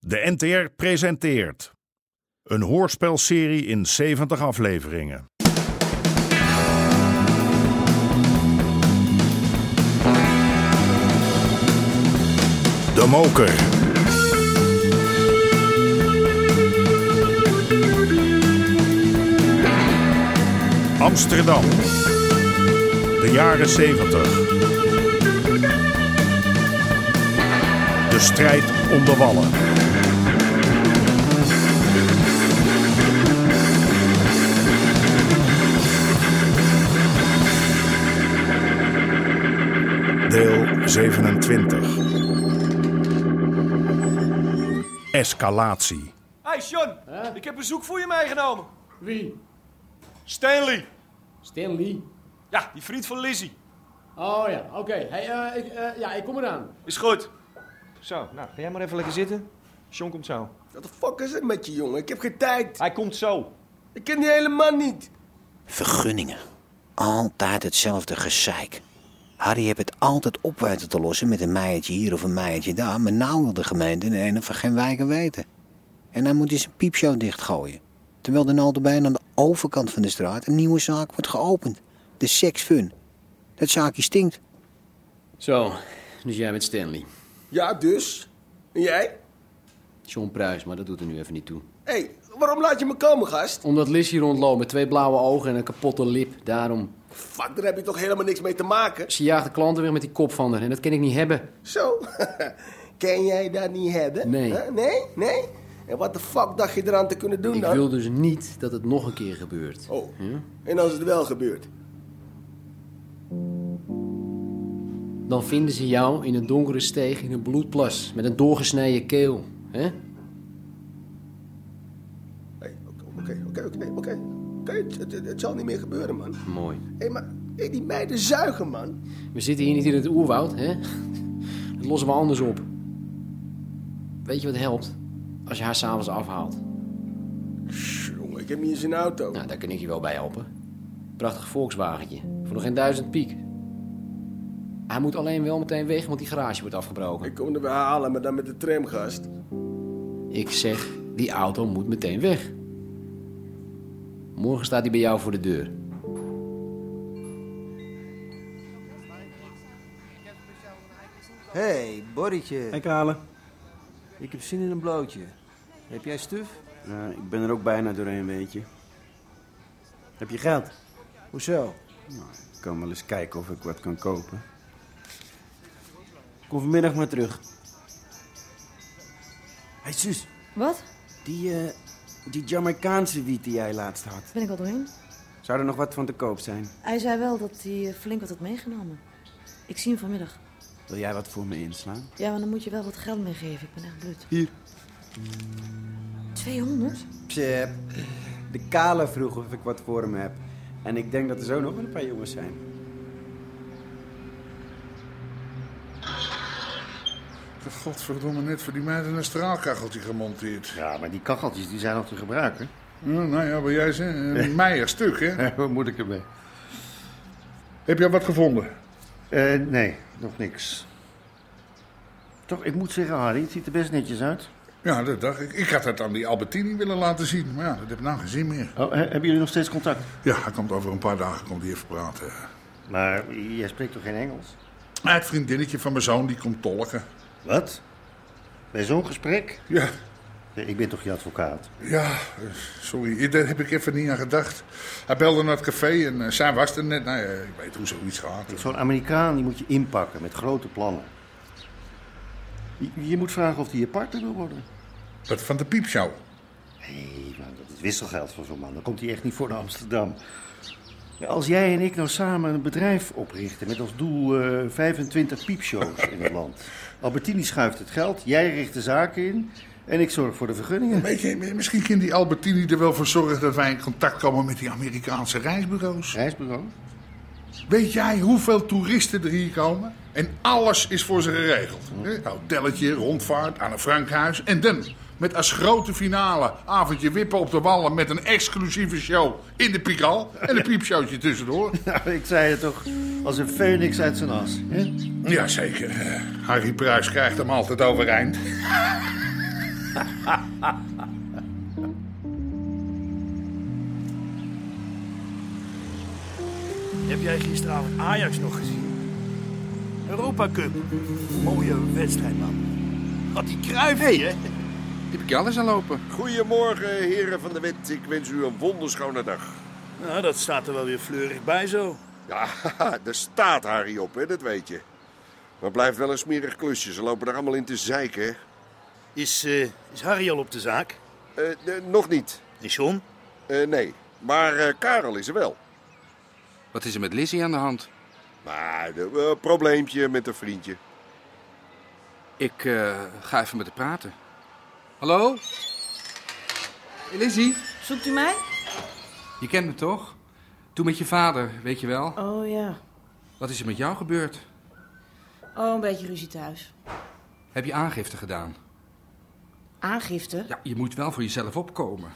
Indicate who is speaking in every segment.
Speaker 1: De NTR presenteert een hoorspelserie in 70 afleveringen. De Moker. Amsterdam. De jaren 70. De strijd om de wallen. Deel 27. Escalatie.
Speaker 2: Hey John, ik heb een zoek voor je meegenomen.
Speaker 3: Wie?
Speaker 2: Stanley.
Speaker 3: Stanley.
Speaker 2: Ja, die vriend van Lizzie.
Speaker 3: Oh ja, oké. Hey, eh, ik, eh, ja, ik kom eraan.
Speaker 2: Is goed. Zo, nou, ga jij maar even lekker zitten. John komt zo.
Speaker 4: Wat de fuck is het met je, jongen? Ik heb geen tijd.
Speaker 2: Hij komt zo.
Speaker 4: Ik ken die hele man niet.
Speaker 5: Vergunningen. Altijd hetzelfde gezeik. Harry heeft het altijd op weten te lossen met een meiertje hier of een meiertje daar. Maar nou wil de gemeente de ene van geen wijken weten. En dan moet hij zijn piepshow dichtgooien. Terwijl er notabene aan de overkant van de straat een nieuwe zaak wordt geopend. De seksfun. Dat zaakje stinkt.
Speaker 3: Zo, dus jij bent Stanley.
Speaker 4: Ja, dus? En jij?
Speaker 3: John Pruis, maar dat doet er nu even niet toe.
Speaker 4: Hé, hey, waarom laat je me komen, gast?
Speaker 3: Omdat Liz hier rondloopt met twee blauwe ogen en een kapotte lip. Daarom.
Speaker 4: Fuck, daar heb je toch helemaal niks mee te maken?
Speaker 3: Ze jaagt de klanten weg met die kop van haar en dat kan ik niet hebben.
Speaker 4: Zo, ken jij dat niet hebben?
Speaker 3: Nee.
Speaker 4: Huh? Nee? Nee? En wat de fuck dacht je eraan te kunnen doen
Speaker 3: Ik
Speaker 4: dan?
Speaker 3: wil dus niet dat het nog een keer gebeurt.
Speaker 4: Oh, en als het wel gebeurt?
Speaker 3: Dan vinden ze jou in een donkere steeg in een bloedplas met een doorgesneden keel. hè?
Speaker 4: Hey, oké, oké, oké, oké, oké. Oké, het, het- het zal niet meer gebeuren, man. Hé,
Speaker 3: Mooi.
Speaker 4: maar hey, die meiden zuigen, man.
Speaker 3: We zitten hier niet in het oerwoud, hè? Dat lossen we anders op. Weet je wat helpt? Als je haar s'avonds afhaalt.
Speaker 4: Jongen, ik heb hier zijn auto.
Speaker 3: Nou, daar kan ik je wel bij helpen. Prachtig Volkswagentje. Voor nog geen duizend piek. Hij moet alleen wel meteen weg, want die garage wordt afgebroken.
Speaker 4: Ik kom er weer halen, maar dan met de tram, gast.
Speaker 3: Ik zeg, die auto moet meteen weg. Morgen staat hij bij jou voor de deur.
Speaker 6: hey, Borretje.
Speaker 7: Hey Kale.
Speaker 6: Ik heb zin in een blootje. Heb jij stuf?
Speaker 7: Nou, ik ben er ook bijna doorheen, weet je. Heb je geld?
Speaker 6: Hoezo?
Speaker 7: Ik kan wel eens kijken of ik wat kan kopen. Kom vanmiddag maar terug. Hé hey, zus,
Speaker 8: Wat?
Speaker 7: die, eh, die Jamaicaanse wiet die jij laatst had.
Speaker 8: Ben ik al doorheen?
Speaker 7: Zou er nog wat van te koop zijn?
Speaker 8: Hij zei wel dat hij eh, flink wat had meegenomen. Ik zie hem vanmiddag.
Speaker 7: Wil jij wat voor me inslaan?
Speaker 8: Ja, maar dan moet je wel wat geld meegeven. Ik ben echt blut.
Speaker 7: Hier.
Speaker 8: 200?
Speaker 7: Psep. De Kale vroeg of ik wat voor hem heb. En ik denk dat er zo nog wel een paar jongens zijn.
Speaker 9: Ik heb godverdomme net voor die meiden een straalkacheltje gemonteerd.
Speaker 10: Ja, maar die kacheltjes die zijn nog te gebruiken.
Speaker 9: Ja, nou ja, wat jij zei, een meier stuk, hè?
Speaker 10: Wat moet ik ermee?
Speaker 9: Heb jij wat gevonden?
Speaker 10: Eh, nee, nog niks. Toch, ik moet zeggen, Harry, het ziet er best netjes uit.
Speaker 9: Ja, dat dacht ik. Ik had dat aan die Albertini willen laten zien, maar ja, dat heb ik nou geen zin meer.
Speaker 10: Oh, he- hebben jullie nog steeds contact?
Speaker 9: Ja, hij komt over een paar dagen komt hij even praten.
Speaker 10: Maar jij spreekt toch geen Engels?
Speaker 9: Ah, Het vriendinnetje van mijn zoon, die komt tolken.
Speaker 10: Wat? Bij zo'n gesprek?
Speaker 9: Ja,
Speaker 10: Eh, Ik ben toch je advocaat?
Speaker 9: ja, eh, sorry, daar heb ik even niet aan gedacht. Hij belde naar het café en eh, zij was er net. Nou ja, ik weet hoe zoiets gaat.
Speaker 10: Zo'n Amerikaan die moet je inpakken met grote plannen. Je, je moet vragen of hij je partner wil worden.
Speaker 9: Dat van de piepshow.
Speaker 10: Nee, maar dat is wisselgeld van zo'n man. Dan komt hij echt niet voor naar Amsterdam. Ja, Als jij en ik nou samen een bedrijf oprichten met als doel eh, 25 piepshows in het land. Albertini schuift het geld, jij richt de zaken in en ik zorg voor de vergunningen.
Speaker 9: Weet je, misschien kan die Albertini er wel voor zorgen dat wij in contact komen met die Amerikaanse reisbureaus.
Speaker 10: Reisbureau?
Speaker 9: Weet jij hoeveel toeristen er hier komen? En alles is voor ze geregeld. Hè? Hotelletje, rondvaart, aan een Frankhuis. En dan, met als grote finale, avondje wippen op de wallen... met een exclusieve show in de Pikal. En een piepshowtje tussendoor.
Speaker 10: Nou, ik zei het toch, als een phoenix uit zijn as. Hè?
Speaker 9: Jazeker. Eh, Harry Pruis krijgt hem altijd overeind.
Speaker 5: Heb jij gisteravond Ajax nog gezien? Europa Cup. Mooie wedstrijd, man. Wat die kruif hè?
Speaker 7: Die heb ik alles aan lopen.
Speaker 4: Goedemorgen, heren van de wind. Ik wens u een wonderschone dag.
Speaker 5: Nou, dat staat er wel weer fleurig bij zo.
Speaker 4: Ja, er staat Harry op, hè, dat weet je. Maar blijft wel een smerig klusje. Ze lopen er allemaal in te zeiken. hè.
Speaker 5: Is, eh, is Harry al op de zaak?
Speaker 4: Eh, eh, nog niet.
Speaker 5: Is John?
Speaker 4: nee, maar eh, Karel is er wel.
Speaker 7: Wat is er met Lizzie aan de hand?
Speaker 4: Maar een probleempje met een vriendje.
Speaker 7: Ik eh, ga even met haar praten. Hallo? Lizzie?
Speaker 8: Zoekt u mij?
Speaker 7: Je kent me toch? Toen met je vader, weet je wel.
Speaker 8: Oh ja.
Speaker 7: Wat is er met jou gebeurd?
Speaker 8: Oh, een beetje ruzie thuis.
Speaker 7: Heb je aangifte gedaan?
Speaker 8: Aangifte?
Speaker 7: Ja, je moet wel voor jezelf opkomen.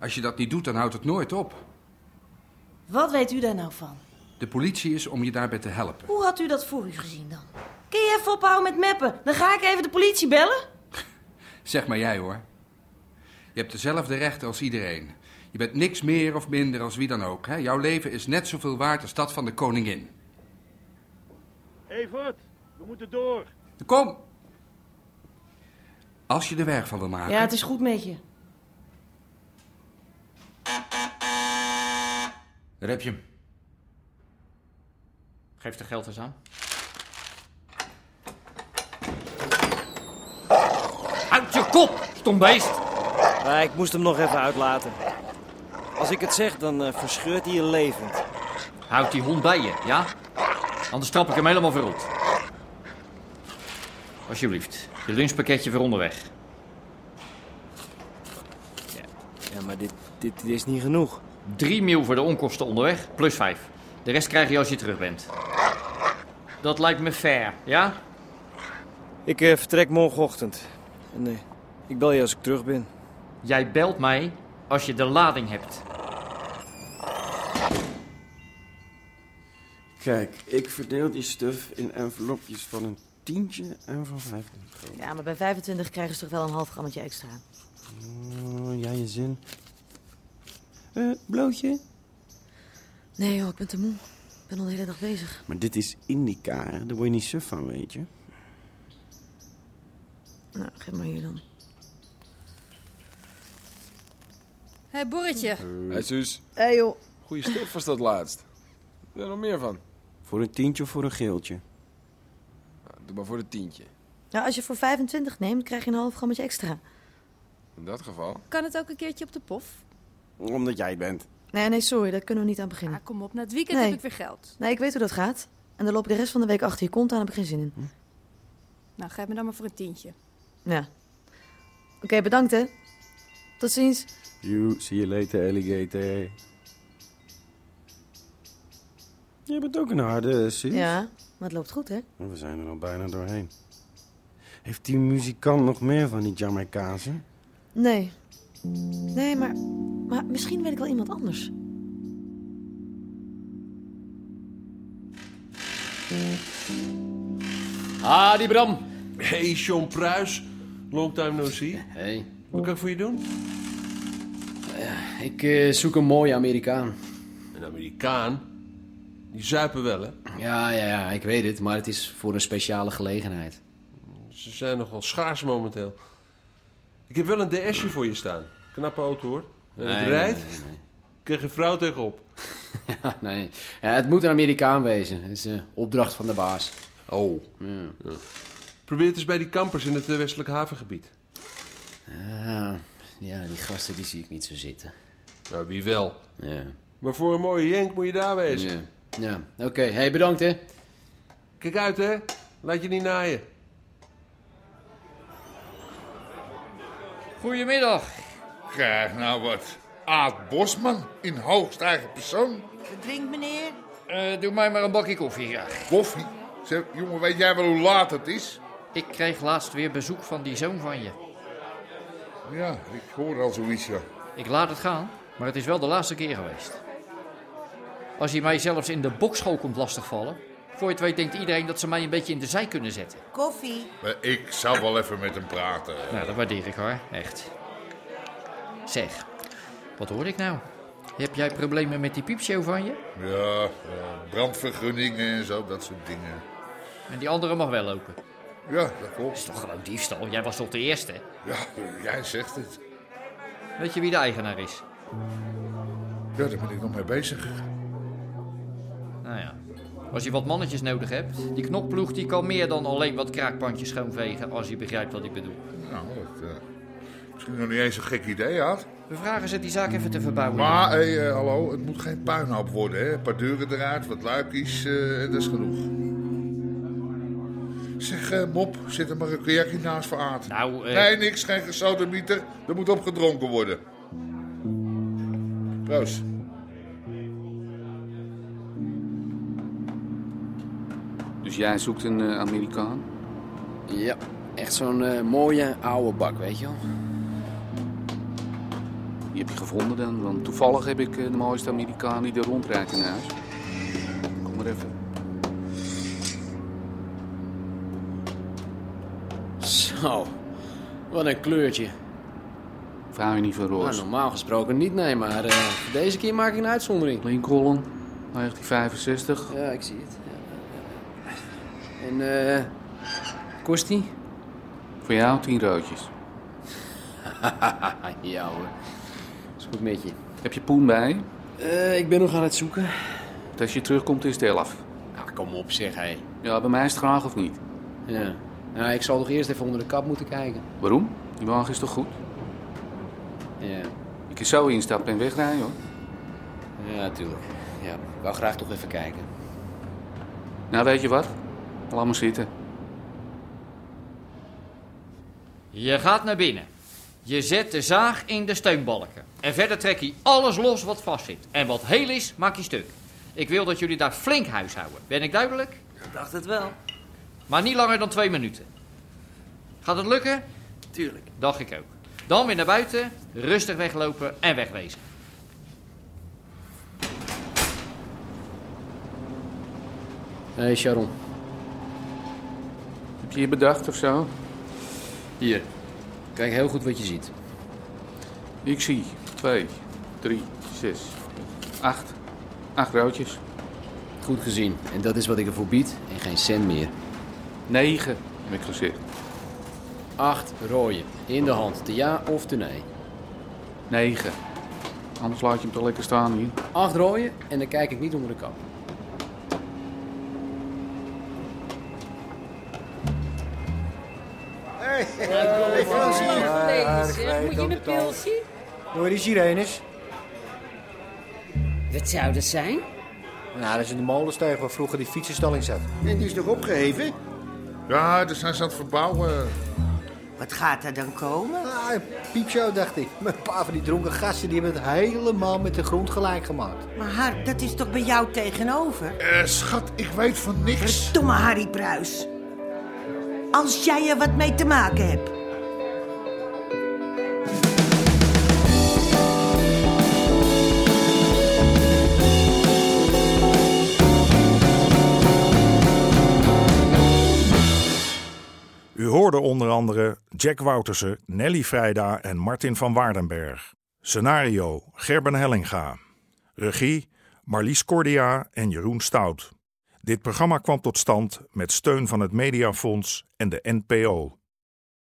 Speaker 7: Als je dat niet doet, dan houdt het nooit op.
Speaker 8: Wat weet u daar nou van?
Speaker 7: De politie is om je daarbij te helpen.
Speaker 8: Hoe had u dat voor u gezien dan? Kun je even ophouden met meppen? Dan ga ik even de politie bellen.
Speaker 7: Zeg maar jij hoor. Je hebt dezelfde rechten als iedereen. Je bent niks meer of minder als wie dan ook. Hè? Jouw leven is net zoveel waard als dat van de koningin.
Speaker 5: Evert, we moeten door.
Speaker 7: Kom! Als je er werk van wil maken.
Speaker 8: Ja, het is goed met je.
Speaker 11: Daar heb je hem.
Speaker 3: Geef er geld eens aan.
Speaker 11: Uit je kop, stombeest!
Speaker 12: Maar ik moest hem nog even uitlaten. Als ik het zeg, dan eh, verscheurt hij je levend.
Speaker 11: Houd die hond bij je, ja? Anders trap ik hem helemaal verrot. Alsjeblieft, je lunchpakketje voor onderweg.
Speaker 12: Ja, maar dit, dit, dit is niet genoeg.
Speaker 11: Drie mil voor de onkosten onderweg, plus vijf. De rest krijg je als je terug bent. Dat lijkt me fair, ja?
Speaker 12: Ik eh, vertrek morgenochtend. En eh, ik bel je als ik terug ben.
Speaker 11: Jij belt mij als je de lading hebt.
Speaker 13: Kijk, ik verdeel die stuf in envelopjes van een tientje en van 25 euro.
Speaker 8: Ja, maar bij 25 krijgen ze toch wel een half grammetje extra.
Speaker 13: Oh, jij je zin. Eh, blootje?
Speaker 8: Nee joh, ik ben te moe. Ik ben al de hele dag bezig.
Speaker 13: Maar dit is indica, hè? Daar word je niet suf van, weet je.
Speaker 8: Nou, geef maar hier dan.
Speaker 14: Hé, Borretje.
Speaker 15: Hey Suus,
Speaker 14: Hé, joh.
Speaker 15: goede stip was dat laatst. Heb je er nog meer van?
Speaker 13: Voor een tientje of voor een geeltje?
Speaker 15: Nou, doe maar voor de tientje.
Speaker 8: Nou, als je voor 25 neemt, krijg je een half grammetje extra.
Speaker 15: In dat geval.
Speaker 14: Kan het ook een keertje op de pof?
Speaker 13: Omdat jij het bent.
Speaker 8: Nee, nee, sorry, daar kunnen we niet aan beginnen.
Speaker 14: Ah, Kom op, na het weekend
Speaker 8: Nee.
Speaker 14: heb ik weer geld.
Speaker 8: Nee, ik weet hoe dat gaat. En dan loop ik de rest van de week achter je kont aan, heb ik geen zin
Speaker 13: Hm.
Speaker 8: in.
Speaker 14: Nou, geef me dan maar voor een tientje.
Speaker 8: Ja. Oké, bedankt hè. Tot ziens.
Speaker 13: You, see you later, alligator. Jij bent ook een harde, Suus.
Speaker 8: Ja, maar het loopt goed hè.
Speaker 13: Maar We zijn er al bijna doorheen. Heeft die muzikant nog meer van die Jamaicaanse?
Speaker 8: Nee. Nee, maar, maar misschien weet ik wel iemand anders.
Speaker 11: Ah, die Bram.
Speaker 10: Hey, Sean Pruis. Long time no see.
Speaker 3: Hey.
Speaker 10: Wat kan ik voor je doen?
Speaker 3: Ik eh, zoek een mooie Amerikaan.
Speaker 10: Een Amerikaan? Die zuipen wel, hè?
Speaker 3: Ja, ja, ja, ik weet het, maar het is voor een speciale gelegenheid.
Speaker 10: Ze zijn nogal schaars momenteel. Ik heb wel een DS'je voor je staan. Knappe auto, hoor. En het
Speaker 3: Nee,
Speaker 10: rijdt.
Speaker 3: nee, nee,
Speaker 10: Ik kreeg een vrouw tegenop.
Speaker 3: Ja, nee. Ja, het moet een Amerikaan wezen. Het is een opdracht van de baas.
Speaker 10: Oh. Probeer het eens bij die kampers in het eh, westelijk havengebied.
Speaker 3: Ja, Ah, ja, die gasten die zie ik niet zo zitten.
Speaker 10: Nou, wie wel?
Speaker 3: Ja.
Speaker 10: Maar voor een mooie jenk moet je daar wezen.
Speaker 3: Ja, ja. oké. Hey, bedankt hè.
Speaker 10: Kijk uit, hè. Laat je niet naaien.
Speaker 11: Goedemiddag.
Speaker 9: Krijg nou wat. Aad Bosman in hoogst eigen persoon.
Speaker 11: Drink, meneer. doe mij maar een bakje koffie, ja.
Speaker 9: Koffie? Zeg, jongen, weet jij wel hoe laat het is?
Speaker 11: Ik kreeg laatst weer bezoek van die zoon van je.
Speaker 9: Ja, ik hoor al zoiets, ja.
Speaker 11: Ik laat het gaan, maar het is wel de laatste keer geweest. Als hij mij zelfs in de bokschool komt lastigvallen,
Speaker 10: Voor je het weet denkt iedereen dat ze mij een beetje in de zij kunnen zetten.
Speaker 16: Koffie.
Speaker 9: Maar Ik zou wel even met hem praten.
Speaker 10: Nou, dat waardeer ik hoor, echt. Zeg, wat hoor ik nou? Heb jij problemen met die piepshow van je?
Speaker 9: Ja, eh, brandvergunningen en zo, dat soort dingen.
Speaker 10: En die andere mag wel lopen.
Speaker 9: Ja, dat klopt.
Speaker 10: is toch gewoon diefstal? Jij was toch de eerste?
Speaker 9: Ja, jij zegt het.
Speaker 10: Weet je wie de eigenaar is?
Speaker 9: Ja, daar ben ik nog mee bezig.
Speaker 10: Nou ja. Als je wat mannetjes nodig hebt, die knopploeg die kan meer dan alleen wat kraakpandjes schoonvegen, als je begrijpt wat ik bedoel.
Speaker 9: Nou, dat eh, misschien nog niet eens een gek idee had.
Speaker 10: We vragen ze die zaak even te verbouwen.
Speaker 9: Maar, hé, eh, hallo, het moet geen puinhoop worden, hè. Een paar deuren eruit, wat luikjes, eh, en dat is genoeg. Zeg, eh, Mop, zit er maar een kajakje naast voor Aad.
Speaker 10: Nou, eh,
Speaker 9: Nee, niks, geen gesodemieter. Er moet op gedronken worden. Proost.
Speaker 7: Dus jij zoekt een eh, Amerikaan?
Speaker 3: Ja, echt zo'n eh, mooie oude bak, weet je wel.
Speaker 7: Die heb je gevonden dan? Want toevallig heb ik eh, de mooiste Amerikaan die er rondrijdt in huis. Kom maar even.
Speaker 3: Zo, wat een kleurtje.
Speaker 7: Vrouw je niet van roze?
Speaker 3: Nou, normaal gesproken niet, nee, maar eh, voor deze keer maak ik een uitzondering.
Speaker 7: Lincoln, 1965.
Speaker 3: Ja, ik zie het. En eh, kost die?
Speaker 7: Voor jou tien roodjes.
Speaker 3: eh, ja hoor. Is goed met je.
Speaker 7: Heb je poen bij? je?
Speaker 3: Eh, ik ben nog aan het zoeken.
Speaker 7: Want Als je terugkomt is het elf.
Speaker 3: Nou, kom op zeg, hé.
Speaker 7: Ja, bij mij is het graag of niet?
Speaker 3: Ja. Nou, ik zal toch eerst even onder de kap moeten kijken.
Speaker 7: Waarom? Die wagen is toch goed?
Speaker 3: Ja.
Speaker 7: Je kunt zo instappen en wegrijden hoor.
Speaker 3: Ja, tuurlijk. Ja, ik wou graag toch even kijken.
Speaker 7: Nou, weet je wat? Laat maar zitten.
Speaker 10: Je gaat naar binnen. Je zet de zaag in de steunbalken. En verder trek je alles los wat vastzit. En wat heel is, maak je stuk. Ik wil dat jullie daar flink huis houden. Ben ik duidelijk?
Speaker 17: Dacht het wel.
Speaker 10: Maar niet langer dan twee minuten. Gaat het lukken? Tuurlijk. Dacht ik ook. Dan weer naar buiten, rustig weglopen en wegwezen.
Speaker 3: Hé, hey, Sharon.
Speaker 7: Heb je je bedacht of zo?
Speaker 3: Hier. Kijk heel goed wat je ziet.
Speaker 7: Ik zie 2, 3, 6, 8. 8 roodjes.
Speaker 3: Goed gezien. En dat is wat ik ervoor bied. En geen cent meer.
Speaker 7: 9, heb ik gezegd.
Speaker 3: Acht rooien. In de hand. De ja of de nee.
Speaker 7: 9. Anders laat je hem toch lekker staan hier.
Speaker 3: Acht rooien en dan kijk ik niet onder de kap.
Speaker 8: Moet je een pilsie?
Speaker 5: Door die sirenes.
Speaker 8: Wat zou dat zijn?
Speaker 5: Nou, dat is in de molensteeg waar vroeger die fietsenstalling zat.
Speaker 18: En die is nog opgeheven?
Speaker 9: Ja, daar zijn ze aan het verbouwen.
Speaker 8: Wat gaat er dan komen?
Speaker 5: Ah, een piepshow, dacht ik. Met een paar van die dronken gasten, die hebben het helemaal met de grond gelijk gemaakt.
Speaker 8: Maar Har, dat is toch bij jou tegenover?
Speaker 9: Eh, schat, ik weet van niks.
Speaker 8: Verdomme Harry Pruis. Als jij er wat mee te maken hebt.
Speaker 1: U hoorde onder andere Jack Woutersen, Nelly Vrijda en Martin van Waardenberg. Scenario Gerben Hellinga. Regie Marlies Cordia en Jeroen Stout. Dit programma kwam tot stand met steun van het Mediafonds en de NPO.